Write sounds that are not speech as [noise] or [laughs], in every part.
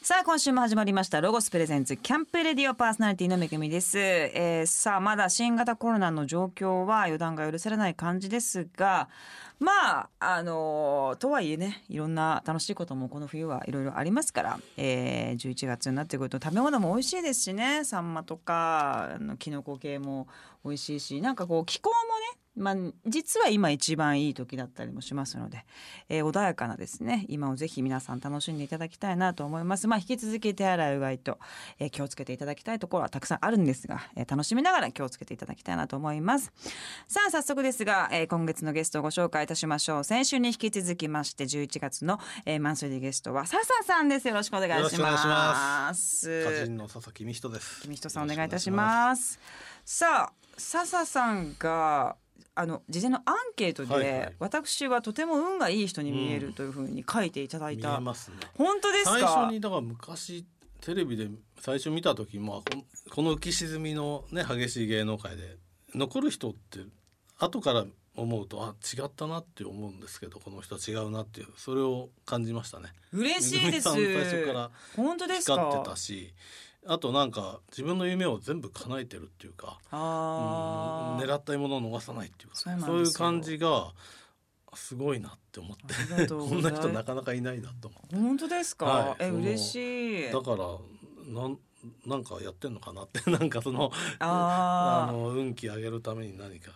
さあ今週も始まりましたロゴスプレゼンツキャンプレディオパーソナリティのめぐみです、えーさあまだ新型コロナの状況は予断が許されない感じですがまああのーとはいえねいろんな楽しいこともこの冬はいろいろありますから、えー、11月になってくると食べ物も美味しいですしねサンマとかあのキノコ系も美味しいしなんかこう気候もねまあ、実は今一番いい時だったりもしますので、えー穏やかなですね今をぜひ皆さん楽しんでいただきたいなと思います、まあ、引き続き手洗いうがいと、えー気をつけていただきたいところはたくさんあるんですが、えー楽しみながら気をつけていただきたいなと思いますさあ早速ですが、えー今月のゲストをご紹介いたしましょう先週に引き続きまして11月の、えーマンスリーゲストは笹さんですよろしくお願いしよろしくお願いしまます歌人の佐々木美人です。君人さんお願いいたします。さあ笹さんがあの事前のアンケートで、はいはい私はとても運がいい人に見えるというふうに書いていただいよろしくお願た。いします見えますね。本当ですか。最初にだから昔テレビで最初見た時まあこのこの浮き沈みのね激しい芸能界で残る人って後から思うとあ違ったなって思うんですけどこの人は違うなっていうそれを感じましたね。嬉しいです。めぐみさん最初から本当ですか。光ってたし。あとなんか自分の夢を全部叶えてるっていうか、うんああ、狙った獲物を逃さないっていうそうなか、んですよそういう感じがすごいなって思ってありがとうござこいんまなす人なかなかいないなと思って本当ですか。はいえその嬉しい。だからなんなんかやってんのかなって [laughs] なんかそのあああの運気上げるために何か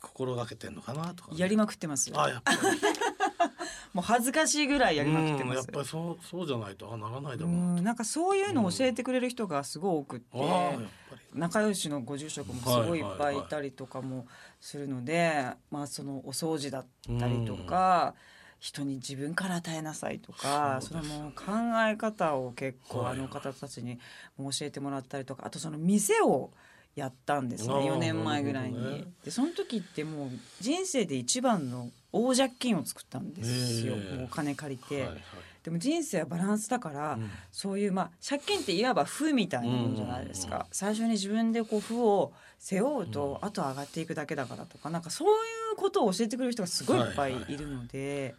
心がけてんのかなとかね、やりまくってます。あやっぱりもう恥ずかしいぐ [laughs] らいやりまくってうんまやっす。ぱりそうそうじゃないとあならないだうろうな、んなんかそういうのを教えてくれる人がすごい多くって。ああやっぱり仲良しのご住職もすごいいっぱいいたりとかもするので、まあそのお掃除だったりとか、人に自分から与えなさいとかそそうですのもう考え方を結構はあいはのい方たちにも教えてもらったりとかあとその店をやったんですねあー4年前ぐらいに、なるほどねでその時ってもう人生で一番の大借金を作ったんですよ、へえもうお金借りて、はいはいでも人生はバランスだから、うんそういうまあ借金っていわば負みたいなもんじゃないですうんうんか、最初に自分でこう負を背負うと、うあとは上がっていくだけだからとかなんかそういうことを教えてくれる人がすごいいっぱいはいはいいるので、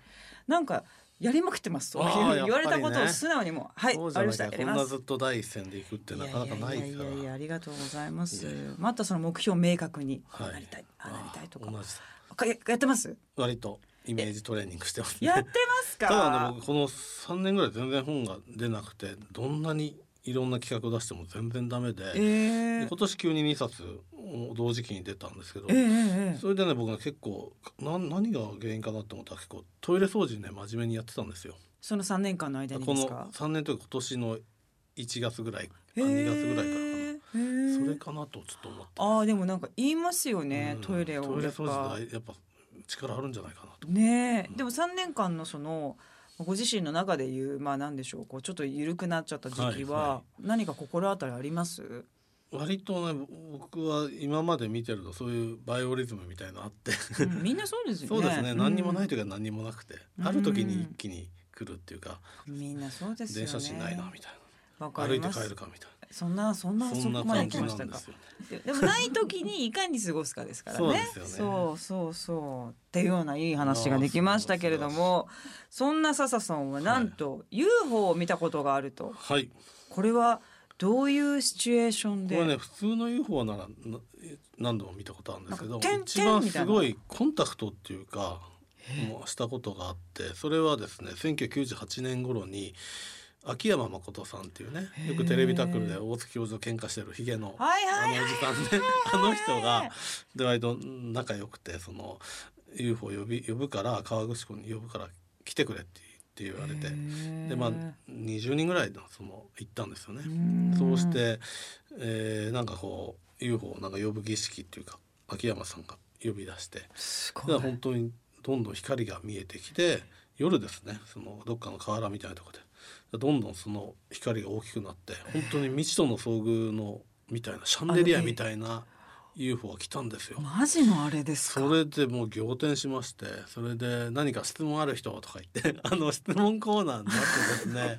なんかやりまくってますそういあーう言われやっぱたりねことを素直にもう、はいそう分じかりましたゃなきゃやこりんまなすずっと第一線で行くってなかなかなやいかやいやいやら。ありがとうございますいやいやまたその目標を明確に、はいあなりたいあなりたいとかあ同じかややってます [laughs] 割とイメージトレーニングしてますねやってますかただね僕この3年ぐらい全然本が出なくてどんなにいろんな企画を出しても全然ダメで,、えー、えで今年急に2冊を同時期に出たんですけど、ええええそれでね僕が結構な何が原因かなって思ったら結構トイレ掃除ね真面目にやってたんですよ。その3年間の間にこですのか3年というか今年の1月ぐらいかへー2月ぐらいからへーかなそれかなとちょっと思って、ああでもなんか言いますよね、うんトイレをトイレやっ掃除ぱ大やっぱ力あるんじゃないかなと。ねえでも3年間のそのご自身の中でいうまあ何でしょうこうちょっと緩くなっちゃった時期はいはは何か心当たりあります、割とね僕は今まで見てるとそういうバイオリズムみたいなのあってうんみんなそうですよそねうですね。何にもないい、というか何にもなくて、うんある時に一気に来るっていうか、うんみんなそうですよね電車賃ないなみたいわかな、歩りいてます帰るかみたいそんなそんなな、そそんなこまで行感きじまなしたんでかすよね。ででもない時にいかに過ごすかですからね。そうですそようそうそうっていうようないい話ができましたけれども、そんな笹さんはなんと UFO を見たことがあると。はい。これはどういうシチュエーションこで、れね普通の UFO ならな何度も見たことあるんですけなどんか点、一番点みたいなすごいコンタクトっていうか。もうしたことがあってそれはですね1998年頃に秋山誠さんっていうねよくテレビタックルで大月教授と喧嘩してるヒゲのはいはいはあいのおじさんね、あの人が、で、割と仲良くて、その、UFO 呼び、呼ぶから、河口湖に呼ぶから来てくれって言われて、で、まあ、20人ぐらいの、その、行ったんですよね。そうして、えーなんかこう、UFO をなんか呼ぶ儀式っていうか、秋山さんが呼び出して、すでごい本当にどんどん光が見えてきて夜ですねそのどっかの河原みたいなとこでどんどんその光が大きくなって本当に未知との遭遇のみたいなシャンデリアみたいな UFO が来たんですよ。マジのあれですかそれでもう仰天しましてそれで何か質問ある人とか言って [laughs] あの質問コーナーになっ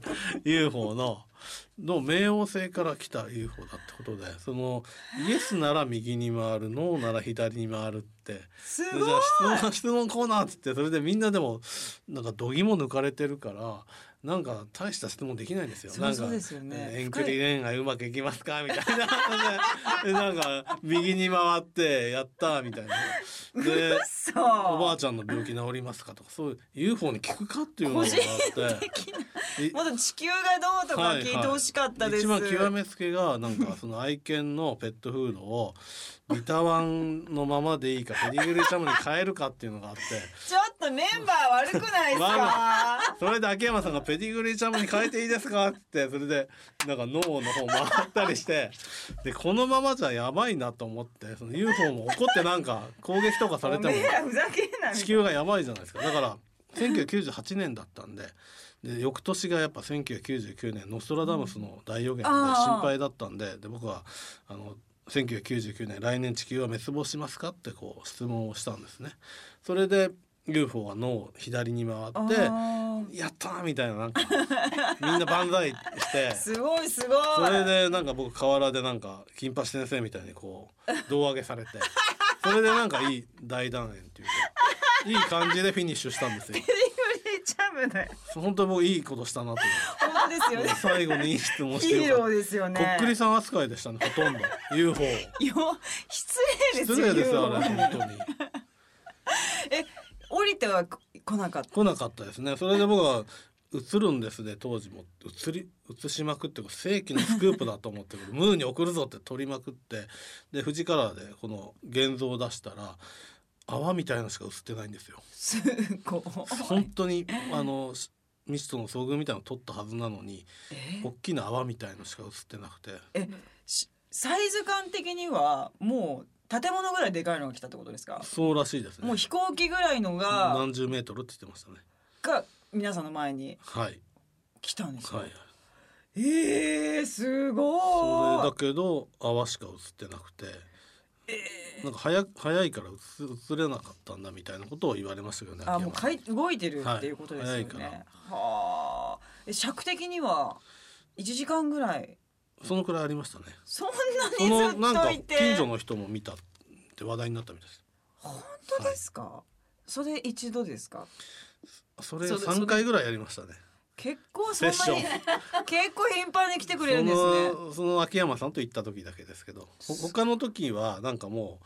てですね UFO のの冥王星から来た UFO だってことでそのイエスなら右に回るノーなら左に回るってすでごいじゃあ質問質問コーナーっつってそれでみんなでもなんか度肝抜かれてるからなんか大した質問できないんですよ。そうそうなんでかすよね遠距離恋愛うまくいきますかみたいな。[laughs] でなんか右に回ってやったみたいな。でそう。おばあちゃんの病気治りますかとかそういう UFO に聞くかっていうのがあって。いもっと地球がどうとか聞いてほしかったです。一番極めつけがなんかその愛犬のペットフードをビタワンのままでいいかペディグリーチャムに変えるかっていうのがあってちょっとメンバー悪くないですか。それで秋山さんが「ペディグリーチャムに変えていいですか?」ってそれでなんか脳の方回ったりしてでこのままじゃやばいなと思ってその UFO も怒ってなんか攻撃とかされおて [laughs] もめえらふざけんなみ地たい球がやばいじゃないですかだから1998年だったんでで翌年がやっぱ1999年ノストラダムスの大予言であー心配だったんでで僕はあの1999年来年地球は滅亡しますかってこう質問をしたんですね。それで UFO が脳を左に回な。ってあーやったーみたいななんかみんな万歳してすごいすごい。それでなんか僕河原でなんか金八先生みたいにこう胴上げされてそれでなんかいい大団円っていうかいい感じでフィニッシュしたんですよペリフリーチャムだよ。本当に僕いいことしたなと本当ですよ思っねて。最後にいい質問しヒてーよロかっーですよたこね。っくりさん扱いでしたねほとんど UFO よ失礼ですよ。失礼ですよあれ UFO 本当にえ降りてはこ来なかった。来なかったですねそれで僕は映るんですで当時も映り映しまくって世紀のスクープだと思ってムーに送るぞって撮りまくってで富士カラーでこの現像を出したら泡みたいなのしか映ってないんですよすごい。本当にあのし未知との遭遇みたいなの撮ったはずなのにえ大きな泡みたいのしか映ってなくてえしサイズ感的にはもう建物ぐらいでかいのが来たってことですか。そうらしいですねもう飛行機ぐらいのが何十メートルって言ってましたねが皆さんの前にはい来たんですよ。はいえー、すそれごだけど泡しか映ってなくて、なんか早早いから映す映れなかったんだみたいなことを言われましたけどねい。あもうかい秋動いてるっていうことですよはねい早いから。はあ。え尺的には一時間ぐらい。山そのくらいありましたねそんそのななにんずっかといて。近所の人も見たって話題になったみたいです本当ですか。それ一度ですか。それそれ三回ぐらいやりましたね結構そセんッショなンに [laughs] 結構頻繁に来てくれるそんですね。のその秋山さんと行った時だけですけどほ他の時はなんかも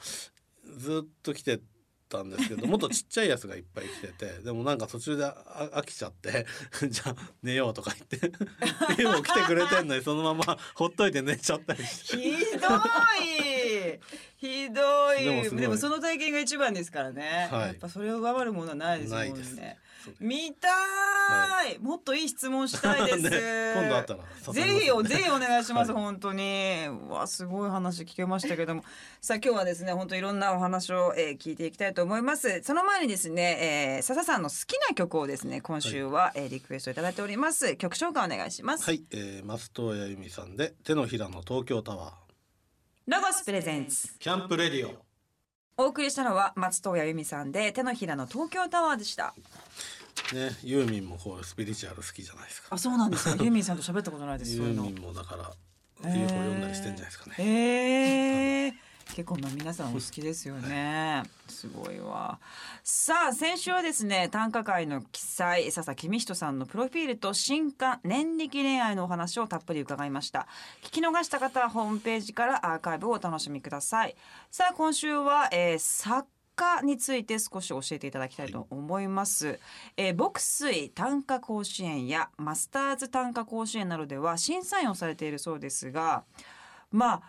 うずっと来てたんで [laughs] すけどもっとちっちゃいやつがいっぱい来ててでもなんか途中であ飽きちゃって [laughs] じゃあ寝ようとか言って [laughs] でも来てくれてんのにそのままほっといて寝ちゃったりしてひどいひどいででもすもごいその体験が一番ですからね、はいやっぱそれを上回るものはないですもんないですね見たい、もっといい質問したいです、 [laughs] ね今度あったら誘いますぜひよぜひお願いします、はい本当にうわすごい話聞けましたけどもさあ今日はですね本当いろんなお話を、えー聞いていきたいと思いますその前にですね、えー、笹さんの好きな曲をですね今週は、えーリクエストいただいております曲紹介お願いします、 [laughs] はい、えー、松任谷由実さんで手のひらの東京タワロゴスプレゼンツーキャンプレディオお送りしたのは松任谷由実さんで手のひらの東京タワーでしたねユーミンもこうスピリチュアル好きじゃないですかあそうなんです [laughs] か由実さんと喋ったことないですユそういうーのミンもだからへー UFO 読んだりしてんじゃないですかねえー結構まあ皆さんお好きですよね。すごいわ。さあ先週はですね短歌会の記載笹公人さんのプロフィールと新刊年力恋愛のお話をたっぷり伺いました。聞き逃した方はホームページからアーカイブをお楽しみください。さあ今週は、えー、作家について少し教えていただきたいと思います、えー牧水短歌甲子園やマスターズ短歌甲子園などでは審査員をされているそうですがまあ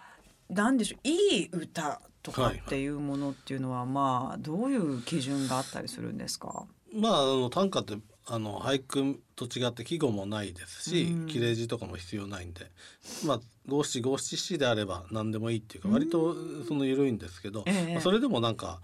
なんでしょういい歌とかっていうものっていうのはまあどういう基準があったりするんですか、まああの短歌ってあの俳句と違って季語もないですし、うん切れ字とかも必要ないんでまあ五七五七七であれば何でもいいっていうか割とその緩いんですけど、ええまあそれでもなんか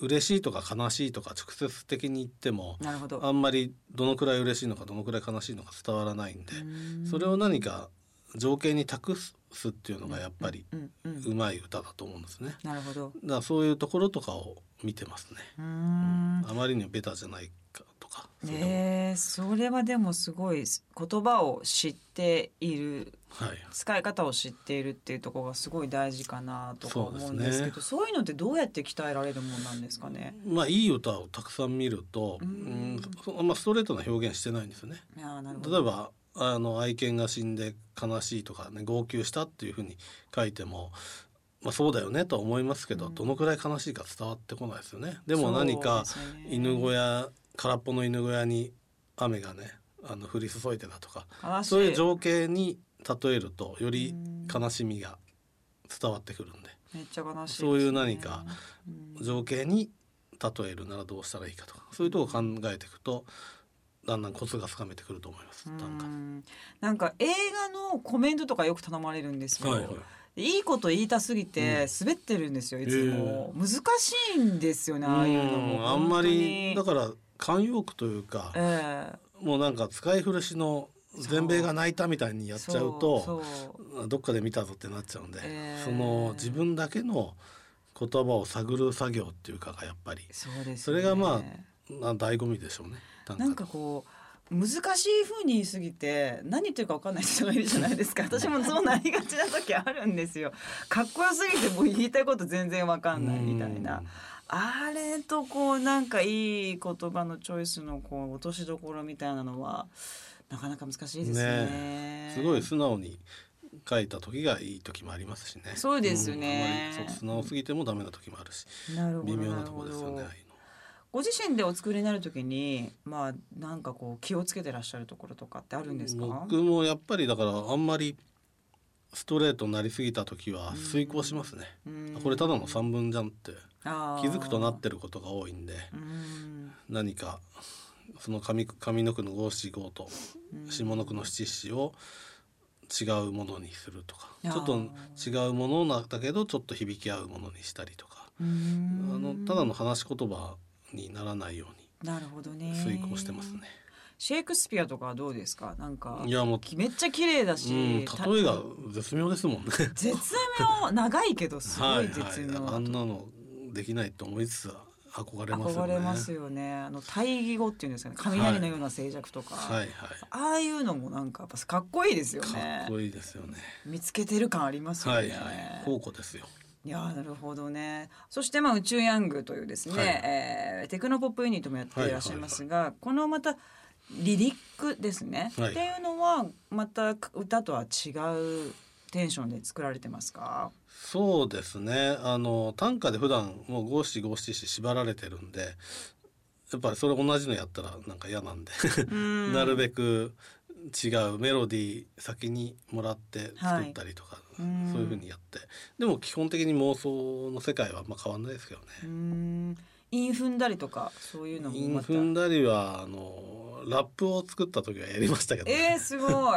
嬉しいとか悲しいとか直接的に言ってもなるほどあんまりどのくらい嬉しいのかどのくらい悲しいのか伝わらないんで、うんそれを何か情景に託すっていうのがやっぱりうんうんうまい歌だと思うんですね。なるほどだからそういうところとかを見てますね。うーんあまりにもベタじゃないかとかそれでもえー、それはでもすごい言葉を知っているはい使い方を知っているっていうところがすごい大事かなとか思うそうんですねですけどそう,、いうのってどうやって鍛えられるもんなんですかね。まあいい歌をたくさん見ると、ううんん、そあんまストレートな表現してないんですよね。いやーなるほ例えどばあの愛犬が死んで悲しいとかね号泣したっていうふうに書いても、まあ、そうだよねとは思いますけど、うんどのくらい悲しいか伝わってこないですよね。でも何かそうですよね犬小屋空っぽの犬小屋に雨がねあの降り注いでたとか悲しいそういう情景に例えるとようりん悲しみが伝わってくるんでめっちゃ悲しいですねそういう何か、うん情景に例えるならどうしたらいいかとかそういうとこ考えていくとだんだんコツがつかめてくると思います短歌うの。んなんか映画のコメントとかよく頼まれるんですよ、はいいはいい、こと言いたすぎてうん滑ってるんですよいつも、難しいんですよねああいうのうもんあんまりだ本から慣用句というか当にええもうなんか使い古しの全米が泣いたみたいにやっちゃうとそうそうどっかで見たぞってなっちゃうんで、えーその自分だけの言葉を探る作業っていうかがやっぱりそうです、ね、それがまな醍醐味でしょうね。短歌なんかこう難しい風に言いすぎて何言ってるか分かんない人がいるじゃない [laughs] ですか私もそうなりがちな時あるんですよかっこよすぎてもう言いたいこと全然分かんないみたいなうんあれとこうなんかいい言葉のチョイスのこう落としどころみたいなのはなかなか難しいですねねすごい素直に書いた時がいい時もありますしね。そうですねうんあまりそう素直すぎてもダメな時もあるし、なるほど微妙なところですよね。なあるほどあいうのご自身でお作りになる時にまあなんかこう気をつけてらっしゃるところとかってあるんですか僕もやっぱりだからあんまりストレートになりすぎた時は遂行しますね。あこれただの三文じゃんって気気づくとなってることが多いんで、うん何かその上上の句の五七五とうん下の句の七七を違うものにするとかあーちょっと違うものなんだけどちょっと響き合うものにしたりとかうーあんのただの話し言葉にならないようなるほどねに遂行してますね。シェイクスピアとかはどうですかなんかいやもうきめっちゃ綺麗だし、うん、例たえが絶妙で [laughs] すもんね。絶妙長いけどす [laughs] ごい絶妙、あんなのできないと思いつつ憧れますよ憧ね。れますよねあの対義語っていうんですかね雷のような静寂とか、はいはい。ああいうのもなんかやっぱかっこいいですよかねっこいいですよね。見つけてる感ありますよね、はいはい。高校ですよ。いやーなるほどねそして、まあ、宇宙ヤングというですね、はいえーテクノポップユニットもやっていらっしゃいますが、このまたリリックですね、はいっていうのはまた歌とは違うテンションで作られてますかそうですね。あの短歌で普段もう五七五七四縛られてるんで、やっぱりそれ同じのやったらなんか嫌なんで、ななるべく違うメロディー先にもらって作ったりとか、うんそういう風にやって。でも基本的に妄想の世界はまあ変わんないですけどね。うん韻踏んだりとかそういうのもインまた踏んだりはあのラップを作った時はやりましたけど、えー、すごい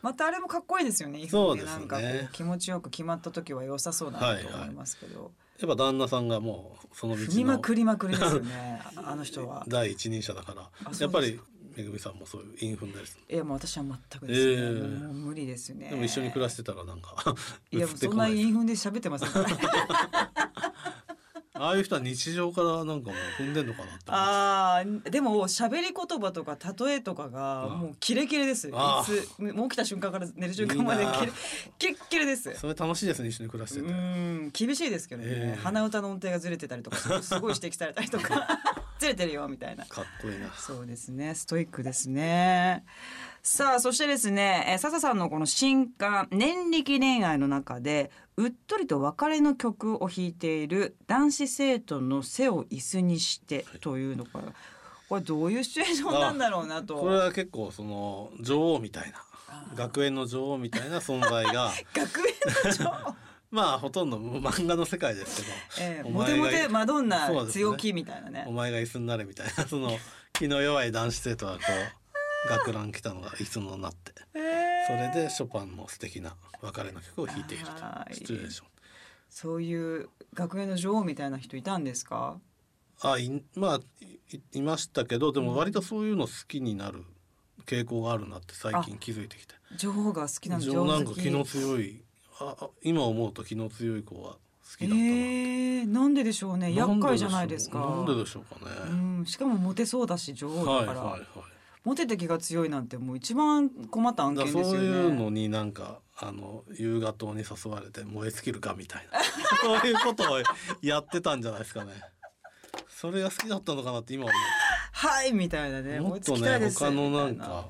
またあれもかっこいいですよね韻踏んでなんかこそうですねう気持ちよく決まった時は良さそうだなと思いますけど、やっぱ旦那さんがもうその道踏みまのくりまくりですよ [laughs] ねあの人は。第一人者だからあそうですかやっぱりめぐみさんもそういうイン踏んだりするいやもう私は全くですね、ええもう無理ですねでも一緒に暮らししてたらなんか [laughs] い映やっもうてそこんなないです韻踏んで喋ってませんからああいう人は日常からなんかもう踏んでんのかなって思 [laughs] うあーでも喋り言葉とか例えとかがうんもうキレキレですいあつもう起きた瞬間から寝る瞬間までいいなあキレキレッキレですそれ楽しいですね一緒に暮らしうてて、ん厳しいですけどね、ええ鼻歌の音程がずれてたりとかす [laughs] ごいすごい指摘されたりとかずれてるよみたいなかっこいいなそうですね、ストイックですね。さあ、そしてですね、えー笹さんのこの新刊年力恋愛の中で。うっとりと別れの曲を弾いている男子生徒の背を椅子にしてというのから。これどういうシチュエーションなんだろうなこれと。は結構その女王みたいな学園の女王みたいな存在 [laughs] が学園の [laughs] 長。まあほとんど漫画の世界ですけどえーおモ前テがモテマドンナそうですね強気みたいなねお前が椅子になれみたいな [laughs] その気の弱い男子生徒がこう学ラン来たのが椅子のなってえーそれでショパンの素敵な別れの曲を弾いているとあーシチュエーションそういう学園の女王みたいな人いたんですかあいまあいいいましたけどでも割とそういうの好きになる傾向があるなって最近気づいてきて女王が好きなの情なん女王か好き気の強いああ今思うと気の強い子はきだったな、えーなんででしょうね厄介じゃないですかなんででしょうかね、うん、しかもモテそうだし女王はだいはかいら、はいモテた気が強いなんてもう一番困った案だ件かでらすよねそういうのになんかあの夕方に誘われて燃え尽きるかみた [laughs] いなそういうことをやってたんじゃないですかねそれが好きだったのかなって今思はいみたいなう、ねもっと追いつきたねいです他のなんみたいか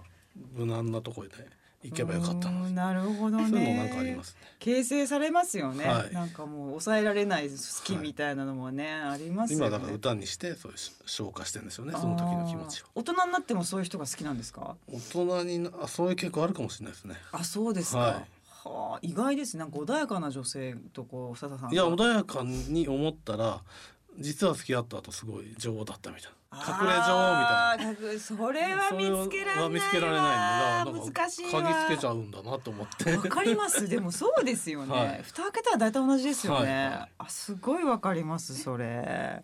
無難なとこへね行けばよかったうのーんになるほどねそういうのなんかありますね形成されますよね、はいなんかもう抑えられない好きみたいなのもね、ありますよね今だから歌にしてそういう消化してるんですよねその時の気持ちをあー大人になってもそういう人が好きなんですか大人になあそういう傾向あるかもしれないですねあそうですか、はいはあ意外ですねなんか穏やかな女性とこう佐田さんがいや穏やかに思ったら実は付き合った後すごい女王だったみたいな隠れ女王みたいなみたいなそれは見つけられないわそれは見つけられないんでだから難しいわ嗅ぎつけちゃうんだなと思ってわかりますでもそうですよね、はい蓋開けたら大体同じですよね、はいはいあすごいわかりますそれ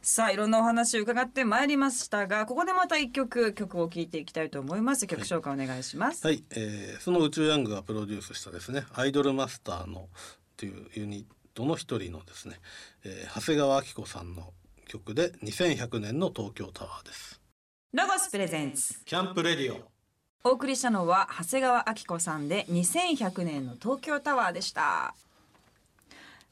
さあいろんなお話を伺ってまいりましたがここでまた一曲曲を聴いていきたいと思います曲紹介お願いします、はい、えーその宇宙ヤングがプロデュースしたですねアイドルマスターのというユニットの一人のですね、えー長谷川明子さんの曲で2100年の東京タワーですロゴスプレゼンツキャンプレディオお送りしたのは長谷川明子さんで2100年の東京タワーでした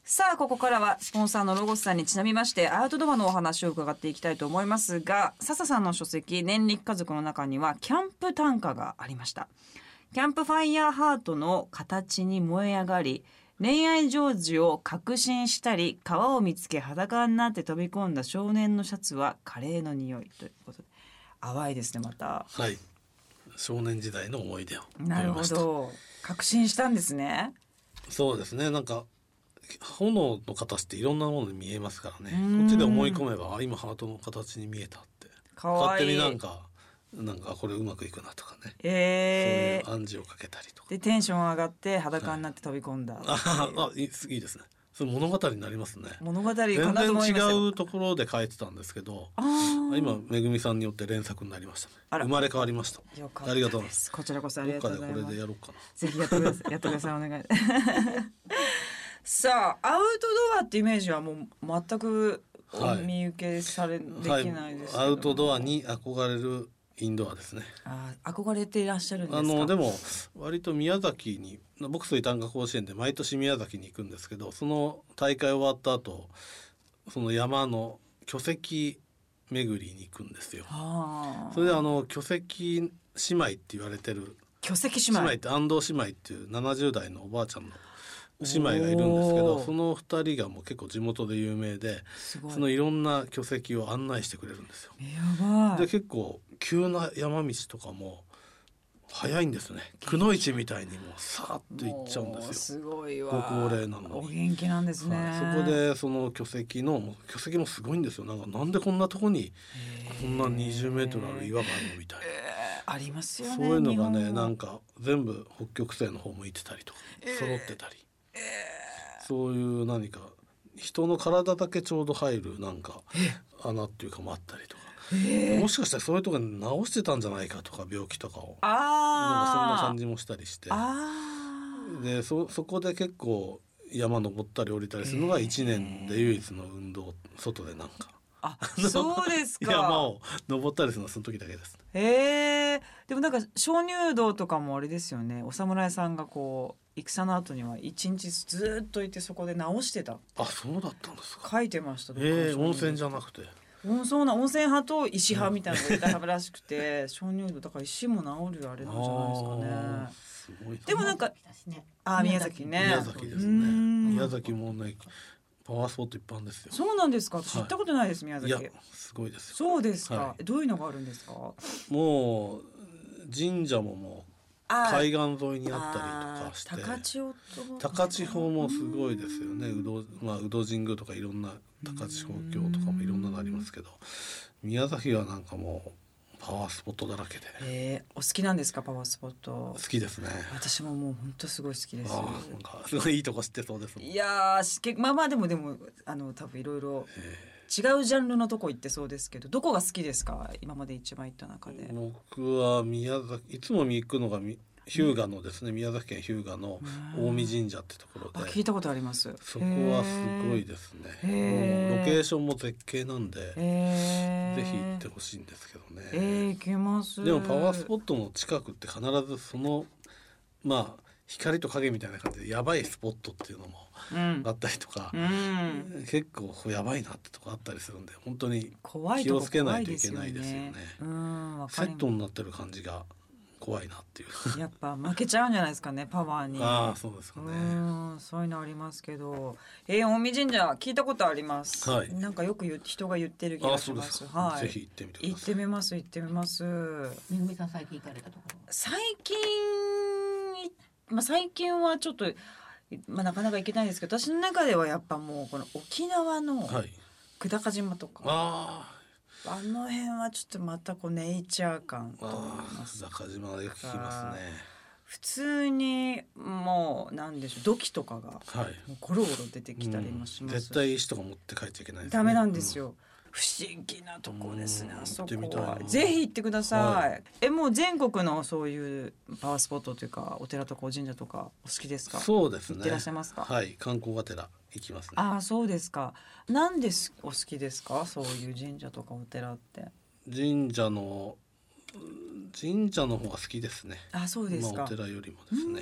さあここからはスポンサーのロゴスさんにちなみましてアウトドアのお話を伺っていきたいと思いますが笹さんの書籍「年力家族」の中にはキャンプ短歌がありましたキャンプファイヤーハートの形に燃え上がり恋愛成就を確信したり川を見つけ裸になって飛び込んだ少年のシャツはカレーの匂いということで淡いですねまた。はい少年時代の思い出をなるほど。確信したんですね。そうですねなんか炎の形っていろんなものに見えますからねうんこっちで思い込めばあ今ハートの形に見えたってかわ勝手いにい。なんかなんかこれうまくいくなとかね、えそういう暗示をかけたりとかー、でテンション上がって裸になって飛び込んだ。ああいいいいですねそれ物語になりますね物語か全な然と思いましたよ。違うところで書いてたんですけどあー今めぐみさんによって連作になりましたねあら生まれ変わりましたよかっあたりがとうございでますす。こちらこそありどがっとかうでございまこれすで。やろうかなぜひやってください。やってください。お願い。 [laughs] さあ、アウトドアってイメージはもう全くおはい見受けされ、できないですけど、アウトドアに憧れるインドアですねあー憧れていらっしゃるんですか。あのでも割と宮崎に僕水短歌甲子園で毎年宮崎に行くんですけどその大会終わった後その山の巨石巡りに行くんですよ。あーそれであの巨石姉妹って言われてる巨石姉姉妹妹っ。て安藤姉妹っていう70代のおばあちゃんの姉妹がいるんですけおどーその2人がもう結構地元で有名ですごい。そのいろんな巨石を案内してくれるんですよ。やばでい。結構急な山道とかも早いんですねくのいちみたいにもうさーっと行っちゃうんもですよ。すごいわ。ご高齢なのにお元気なんですね。はい、そこでその巨石のもう巨石もすごいんですよなんかなんでこんなとこにこんな20メートルある岩があるのみたいえーありますよなね。そういうのが日ね本なんか全部北極星の方向いてたりとか揃ってたり、そういう何か人の体だけちょうど入るなんか穴っていうかもあったりとか、もしかしたらそういうとこに治してたんじゃないかとか病気とかを。なんかそんなああ。感じもしたりしてあでそそこで結構山登ったり降りたりするのがえー1年で唯一の運動外でなんか [laughs] あ。あ、そうですか。山を登ったりするのはその時だけです。ええでもなんか鍾乳洞とかもあれですよね。お侍さんがこう戦の後には一日ずーっといてそこで直してた。あそうだったんですか。書いてました。ええ温泉じゃ。ゃなくてうんそうな温泉派と石派みたいなのがいたらしく [laughs] て、鍾乳洞だから石も治るあれなんじゃないですかねあー。すごいなでもなんかあー宮崎ね宮崎ですうーねん宮崎もねパワースポット一般ですよそうなんですか。私はい行ったことないです、宮いや崎。すごいですよそうですか、はどういうのがあるんですか。もう神社ももう海岸沿いにあったりとかしてあー高千穂と高千穂もすごいですよね。うど、まあ、うど神宮とかいろんな高千穂峡とかもいろんなのありますけど。宮崎はなんかもうパワースポットだらけで。えー、お好きなんですかパワースポット好。きですね。私ももう本当すごい好きです。ああ、なんかすごいいいとこ知ってそうですもん。いやーしけまあまあでもでもあの多分いろいろ違うジャンルのとこ行ってそうですけどどこが好きですか今まで一番行った中で。僕は宮崎いつも行くのがみ日向のですね、宮崎県日向の近江神社ってところあで、聞いたことあります。そこはすごいですね、へーもうロケーションも絶景なんで、へー。ぜひ行ってほしいんですけどね、えー、行けます。でもパワースポットの近くって必ずそのまあ光と影みたいな感じでやばいスポットっていうのもうんあ。ったりとかう、ん。結構やばいなってとこあったりするんで本当に怖い気とをこつけな怖いいといでけすよないですよねね。うん、わセかりットまになってる感じが怖いなっていう。す。やっぱ負けちゃうんじゃないですかね、パワーに。ああそうですかうね。ん、そういうのありますけど、えー、近江神社聞いたことあります。はいなんかよく言う人が言ってる気ああがそしうでますす。か、はい。ぜひ行ってみてくだ行っさいて。みます行ってみます。めぐみさん最近行かれたところは最近いまあ最近はちょっとまあなかなか行けないんですけど、私の中ではやっぱもうこの沖縄のはい。久高島とか、ああの辺はちょっとまたこうネイチャー感あとああ中島はよく聞きますね。普通にもうなんでしょう土器とかがはい。もうゴロゴロ出てきたりうんもしますし、絶対石とか持って帰っちゃいけない、ダメなんです。よ、不思議なとこですねうんあそ行ってみこたはいなぜひ行ってください、はえもう全国のそういうパワースポットというかお寺とかお神社とかお好きですうんかそうです行ね。ってらっしゃいますかはい。観光がてら行きますね。ああそうですかなんですお好きですかそういう神社とかお寺って神社のうん神社の方が好きですね。あそうですまか、あお寺よりもですね。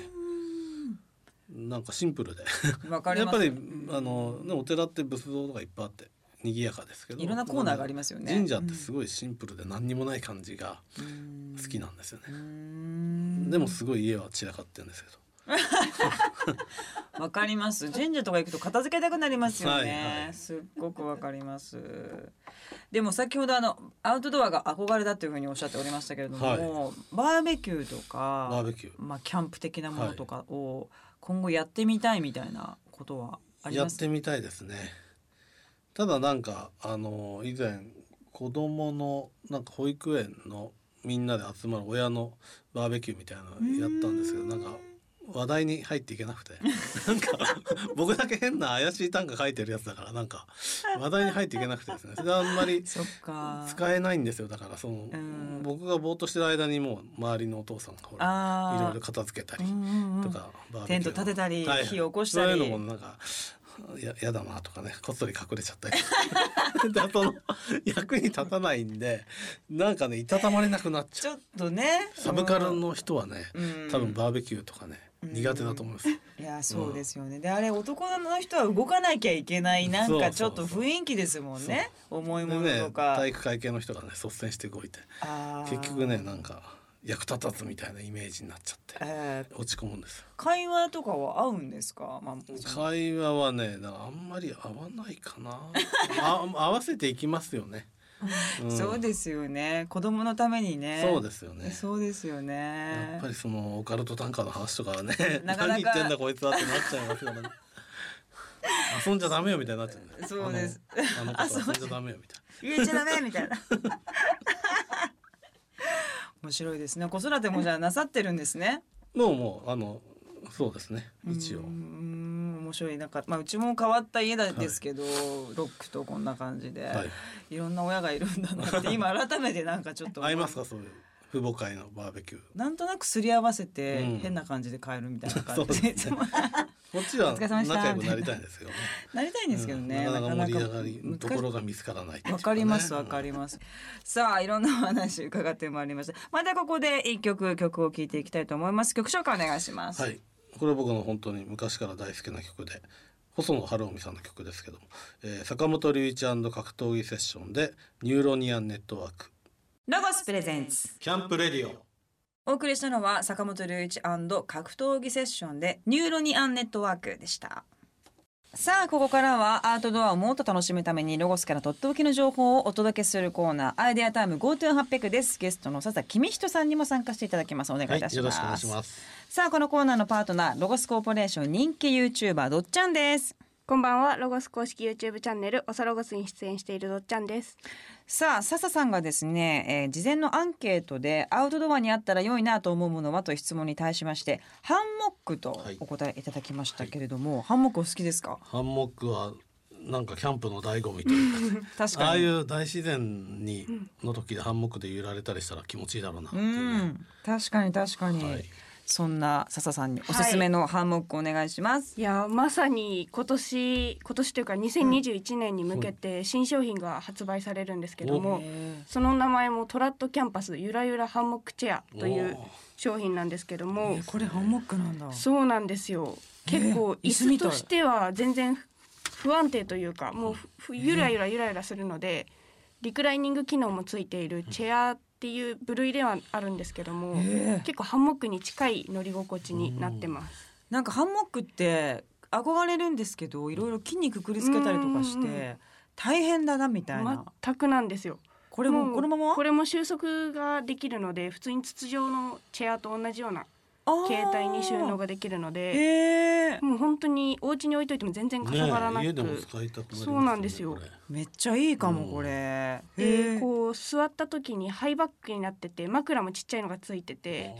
なんかシンプルで。うんわかりやっまぱすりあの、ね、お寺って仏像とかいっぱいあって賑やかですけどいろんなコーナーがありますよね神社ってすごいシンプルで何にもない感じがうん好きなんですよね、うんでもすごい家は散らかってるんですけどわかります。神社とか行くと片付けたくなりますよね。はいはいすっごくわかります。でも先ほどあのアウトドアが憧れだというふうにおっしゃっておりましたけれども、バーベキューとバか、ーベキューまあキャンプ的なものとかを今後やってみたいみたいなことはありやまっす。てみたいですねただなんかあの以前子供のなんか保育園のみんなで集まる親のバーベキューみたいなのやったんですけどなんか話題に入っていけ [laughs] なくてなんか僕だけ変な怪しい短歌書いてるやつだからなんか話題に入っていけなくてですねそれであんま [laughs] りそっか。使えないんですよだからその、うん僕がぼーっとしてる間にもう周りのお父さんがほらいろあいろ片付けたあ。りうんうんうとんか、バーテベンキトューの立てたり、はいはい火起こしたり。そういうのもなんかややだなとかねこっそり隠れちゃったり [laughs] とかでその役に立たないんでなんかねいたたまれなくなっちちゃうょっとね。サブカルの人はねうん多分バーベキューとかね、うん苦手だと思います、いやそうですよね、であれ男の人は動かなきゃいけないなんかちそょっうそとうそう雰囲気ですもんね重いものでねとか、体育会系の人がね率先して動いてあー結局ねなんか役立たずみたいなイメージになっちゃってえー落ち込むんですよ会話とかは合うんですか、まあ、その会話はねなんかあんまり合わない [laughs] かなあ合わせていきますよね、んそうですよね子供のためにねそうですよねそうですよねやっぱりそのオカルト短歌の話とかはねなかなか何言ってんだこいつはってなっちゃいます [laughs] よね遊んじゃダメよみたいになっちゃうんだよそうですあのあの子と遊んじゃダメよみたい言えちゃダメみた [laughs] いな面白いですね子育てもじゃあなさってるんですねなもうもうあのそうですね一応うーん面白いなんかまあうちも変わった家なんですけど、ロックとこんな感じで、はいい、ろんな親がいるんだな [laughs] って今改めてなんかちょっと思合いいますかそういう父母会のバーベキューなんとなくすり合わせてうん変な感じで帰るみたいな感そうでじすで、ねいつもこっちはお疲れ様でした仲良くなりたいんですけどね [laughs] なりたいんですけどね、うんなかなか盛り上がなりかどころが見つからないっていうわかりますねわかります。さあいろんなお話伺ってまいりました。またここで一曲曲を聴いていきたいと思います。曲紹介お願いします。はい、これ僕の本当に昔から大好きな曲で細野晴臣さんの曲ですけども、えー坂本龍一格闘技セッションで「ニューロニアンネットワークロゴスプレゼンツ。」キャンプレディオお送りしたのは坂本龍一格闘技セッションでニューロニアンネットワークでした。さあここからはアウトドアをもっと楽しむためにロゴスからとっておきの情報をお届けするコーナーアイデアタイム GoTo800 ですゲストの笹公人さんにも参加していただきますお願はいいたよろししくおま願いすしますさあこのコーナーのパートナーロゴスコーポレーション人気 YouTuber どっちゃんですこんばんはロゴス公式 YouTube チャンネルおさロゴスに出演しているどっちゃんですさあ笹さんがですね、えー事前のアンケートでアウトドアにあったら良いなと思うものはという質問に対しましてハンモックとはいお答えいただきましたけれども、ハンモックお好きですかハンモックはなんかキャンプの醍醐味というか確あかあにいう大自然にの時でハンモックで揺られたりしたら気持ちいいだろうなっていううね、ん確かに確かに、はいそんな笹さんにおすすめのハンモックお願いします。いやまさに今年今年というか2021年に向けて新商品が発売されるんですけども、その名前もトラットキャンパスゆらゆらハンモックチェアという商品なんですけどもこれハンモックなんだそうなんですよえー結構椅椅子み子たいとしては全然不安定というかもうふふゆらゆらゆらゆらするのでリクライニング機能もついているチェアっていう部類ではあるんですけどもええ結構ハンモックに近い乗り心地になってます。なんかハンモックって憧れるんですけどいろいろ筋肉くりつけたりとかしうんうんうて大変だなみたいな。全くなんですよこれもうこのままこれも収束ができるので普通に筒状のチェアと同じような携帯に収納が。ができるのえでえもう本当にお家に置いといても全然かさばらねなく、え家でも使いたくなりますよねそうなんですよこれめっちゃいいかもうんこれ。えでえこう座った時にハイバックになってて枕もちっちゃいのがついてて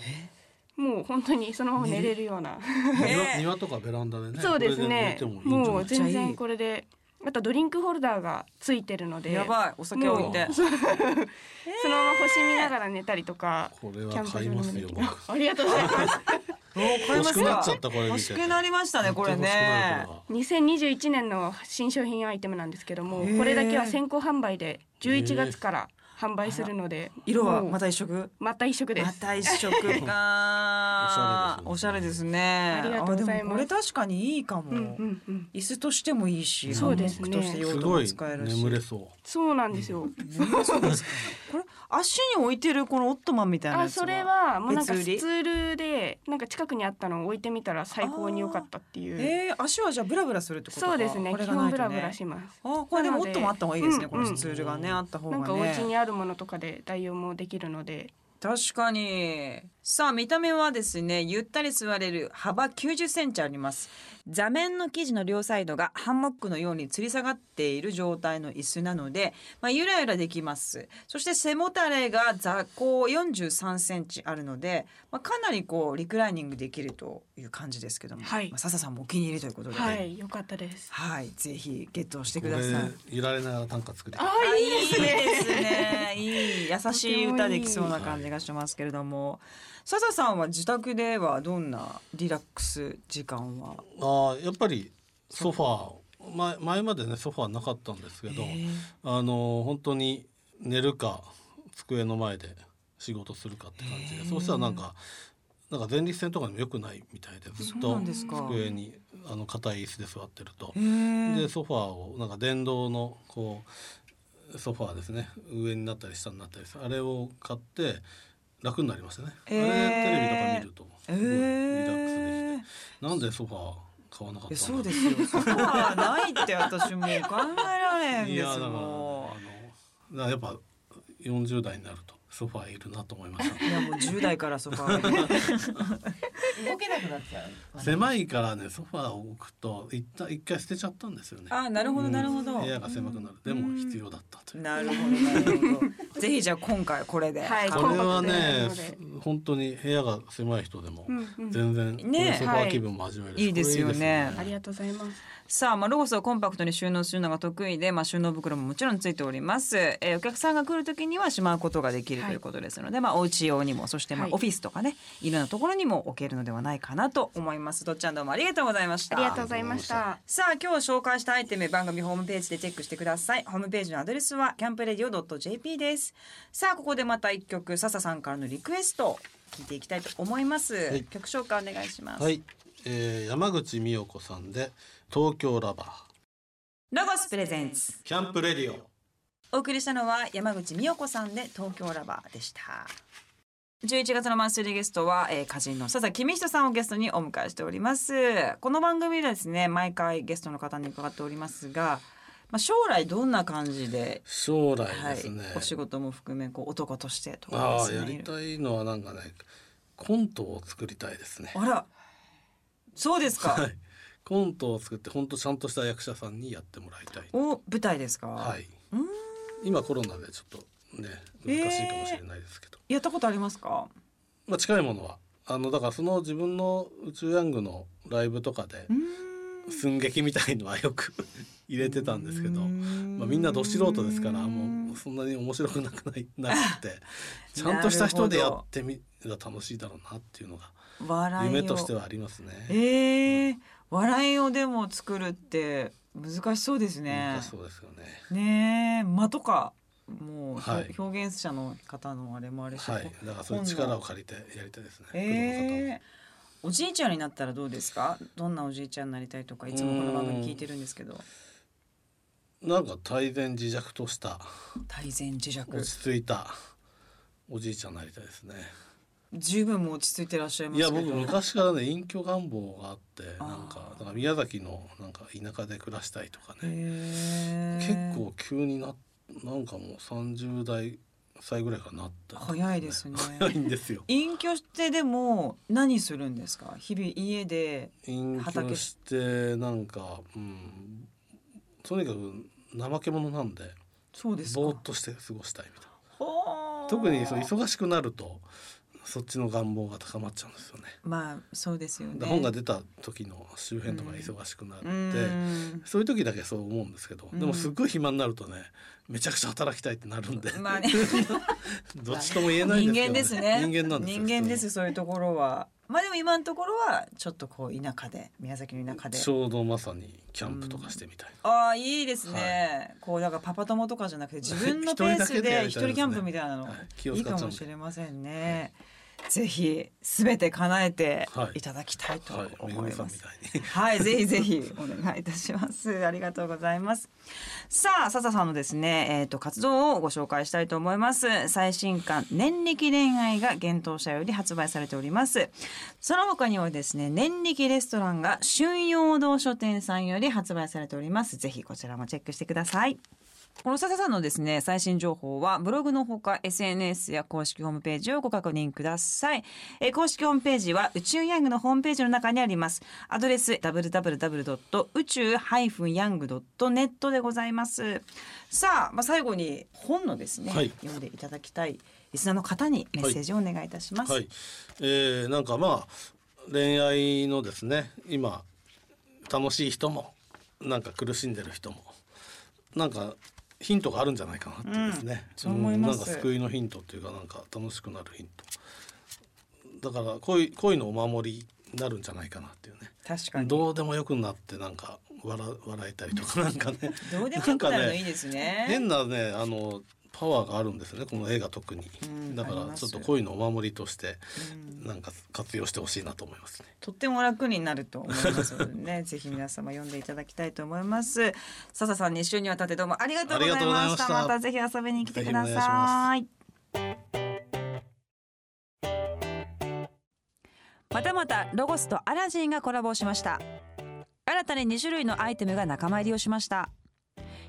もう本当にそのまま寝れるような、ね庭庭とかベランダでね [laughs] そうですねこれで寝てもいいんじゃなもういちゃいい全然これであとドリンクホルダーがついてるのでやばいお酒置いてもう。そのまま星見ながら寝たりとかこれは買いますよキャンプ場にもできる僕ありがとうございますお買い欲ましすくなっちゃっか。たこれ見て欲しくなりましたねこれめっちゃ欲しくなねる。こ2021年の新商品アイテムなんですけどもへーこれだけは先行販売で11月から販売するので色はもうまた一色。また一色でますた一色かおおししゃゃれれでですすねありがとうございますあでもこれ確かにいいかも、うんうんうん椅子としてもいいしそうですねハンモックとして用途もれ使えするごいし眠れそそうなんですよ眠れそうですかこれ足に置いてるこのオットマンみたいなあやつはそれはもうなんか別売スツりールでなんか近くにあったのを置いてみたら最高に良かったっていうえー、足はじゃあブラブラするってことかそうですねこれ基がな本いとブラブラしますあこれでもオットマンあった方がいいですね、うんこのツールがね、うんあった方がなねんかお家にあるものとかで代用もできるので確かにさあ見た目はですねゆったり座れる幅90センチあります座面の生地の両サイドがハンモックのように吊り下がっている状態の椅子なので、まあ、ゆらゆらできますそして背もたれが座高43センチあるので、まあ、かなりこうリクライニングできるという感じですけども、はいまあ、笹さんもお気に入りということで、はい良かったですはいぜひゲットしてうこくれださい。揺られながら短歌作りああいいですねいいですね。いい優しい歌できそうな感じがしますけれども、笹さんは自宅ではどんなリラックス時間は？あーやっぱりソファー前前までねソファーなかったんですけど、あの本当に寝るか机の前で仕事するかって感じで、そうしたらなんかなんか前立腺とかにも良くないみたいでずっそうなとんですか机にあの硬い椅子で座ってるとへ。ーでソファーをなんか電動のこうソファーですね上になったり下になったりするあれを買って楽になりましたね、へーあれテレビとかえ見るとすごいリラックスできて、ーなんでソファー買わなかったんだろえそうですよ。ソファーないって私もう考えられんいですやだからあものだからやっぱ40代になるとソファーいるなと思いましう。い [laughs] やもう10代からソファ [laughs] ー。動けなくなっちゃたう狭いからねソファーを置くと一旦一回捨てちゃったんですよねあなるほどなるほど。部屋が狭くなるでも必要だったというなるほどなるほど。ぜひじゃあ今回これで。はいこれはねコンパクトである本当に部屋が狭い人でもうんうん全然こういねうソファー気分も味わえるしはいいいですよねこれありがとうございますさあ、まあ、ロゴスをコンパクトに収納するのが得意で、まあ、収納袋ももちろんついております、えーお客さんが来る時にはしまうことができるはといいうことですので、まあ、お家用にもそしてまあはいオフィスとかね、い、ろんなところにも置けるのではないかなと思いますどっちゃんどうもありがとうございましあたりがとうございましたさあ今日紹介したアイテム番組ホームページでチェックしてくださいホームページのアドレスはキャンプレディオ .jp ですさあここでまた一曲笹さんからのリクエストを聞いていきたいと思います、い曲紹介お願いします、はい、えー山口美代子さんで東京ラバーロゴスプレゼンツキャンプレディオお送りしたのは山口美代子さんで東京ラバーでした11月のマンスリーゲストは、えー、歌人の笹公人さんをゲストにお迎えしておりますこの番組ではですね毎回ゲストの方に伺っておりますが、まあ、将来どんな感じで将来はですいね、、お仕事も含めこう男としてとかでああすやねりたいのはなんかねコントを作りたいですね。あらそうですか、はい。コントを作って本当ちゃんとした役者さんにやってもらいたい。お舞台ですか、はいーん。今コロナでちょっとね難しいかもしれないですけど、やったことありますかまあ近いものはあのだからその自分の宇宙ヤングのライブとかでうーん寸劇みたいのはよく [laughs] 入れてたんですけど。まあ、みんなど素人ですからもうそんなに面 [laughs] 白くなくないなくてちゃんとした人でやってみたら楽しいだろうなっていうのが笑いを夢としてはありますね。ええ笑いをでも作るって難しそうですね難し。そうですよね。ねえ間とかもう、はい表現者の方のあれもあれし、はい、だからそういう力を借りてやりたいですね。ええおじいちゃんになったらどうですかどんなおじいちゃんになりたいとかいつもこの番組聞いてるんですけど工藤さんとなんか大然自弱とした大善自弱落ち着いたおじいちゃんになりたいですね。十分もう落ち着いてらっしゃいまいやすけど僕昔からね隠居願望があってあーなんかだから宮崎のなんか田舎で暮らしたいとかねへ結え構急にななんかもう30代歳ぐらいからなった、早いですね早いんですよ隠居してでも何するんですか日々家で隠居してなんか、うん、とにかく怠け者なんでそうですかぼーっとして過ごしたいみたいほなー特にそう忙しくなるとそっちの願望が高まっちゃうんですよねまあそうですよねで本が出た時の周辺とか忙しくなって、うんそういう時だけそう思うんですけど、うんでもすっごい暇になるとねめちゃくちゃ働きたいってなるんで、まあね [laughs] どっちとも言えないん人ですけど、間ですね人間なんですよ人間ですそういうところはまあでも今のところはちょっとこう田舎で宮崎の田舎でちょうどまさにキャンプとかしてみたいああいいですね、こうだからパパ友とかじゃなく [laughs] て自分のペースで一一人だけでやりたいです人ねキャンプみたいなの、はいい気をい使っちゃかうんでもしれませんね、ぜひすべて叶えてはいいただきたいとな、はい、めぐ思みいさんまみす、たいに。はい、ぜひぜひお願いいたします。ありがとうございます。さあ、笹さんのですね、えっ、と活動をご紹介したいと思います。最新刊年力恋愛が幻冬舎より発売されております。その他にもですね、年力レストランが春陽堂書店さんより発売されております。ぜひこちらもチェックしてください。この笹さんのですね最新情報はブログのほか SNS や公式ホームページをご確認ください、えー公式ホームページは宇宙ヤングのホームページの中にありますアドレス www. 宇宙 -young.net でございますさあ、まあ、最後に本のですね、はい読んでいただきたいリスナーの方にメッセージをお願いいたします、はい、えー、なんかまあ恋愛のですね今楽しい人もなんか苦しんでる人もなんかヒントがあるんじゃないかなってですね、そう思いますなんか救いのヒントっていうかなんか楽しくなるヒントだから恋恋のお守りになるんじゃないかなっていうね確かにどどうでもよくなってなんか笑笑えたりと [laughs] かなんかねうでもよくなるんのかいいですね変なねあのパワーがあるんですよねこの絵が特に、うんだかありまらすちょっと恋のお守りとしてうんなんか活用してほしいなと思いますねとっても楽になると思いますので [laughs] ねぜひ皆様読んでいただきたいと思います笹さん2週にわたってどうもありがとうございましたありがとうございましたまたぜひ遊びに来てくだぜひお願いしまさいまたまたロゴスとアラジンがコラボしました新たに2種類のアイテムが仲間入りをしました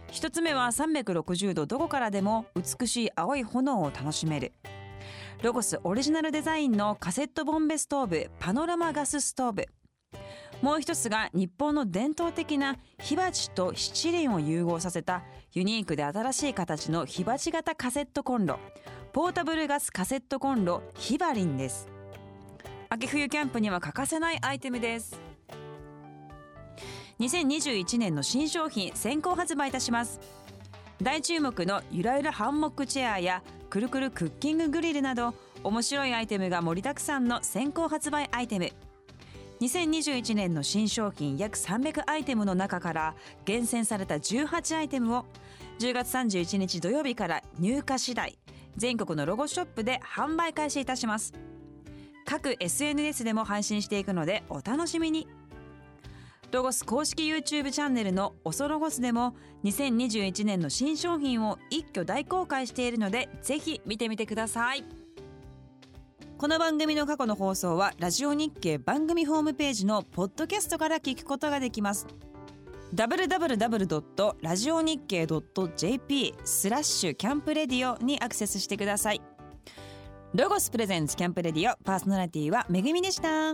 一つ目は360度どこからでも美しい青い炎を楽しめるロゴスオリジナルデザインのカセットボンベストーブパノラマガスストーブもう一つが日本の伝統的な火鉢と七輪を融合させたユニークで新しい形の火鉢型カセットコンロポータブルガスカセットコンロヒバリンです秋冬キャンプには欠かせないアイテムです2021年の新商品先行発売いたします大注目のゆらゆらハンモックチェアやくるくるクッキンググリルなど面白いアイテムが盛りだくさんの先行発売アイテム2021年の新商品約300アイテムの中から厳選された18アイテムを10月31日土曜日から入荷次第全国のロゴショップで販売開始いたします各 SNS でも配信していくのでお楽しみにロゴス公式 YouTube チャンネルの「おそロゴス」でも2021年の新商品を一挙大公開しているのでぜひ見てみてくださいこの番組の過去の放送はラジオ日経番組ホームページのポッドキャストから聞くことができます www.radionickei.jp スラッシュキャンプレディオにアクセスしてくださいロゴスプレゼンツキャンプレディオパーソナリティはめぐみでした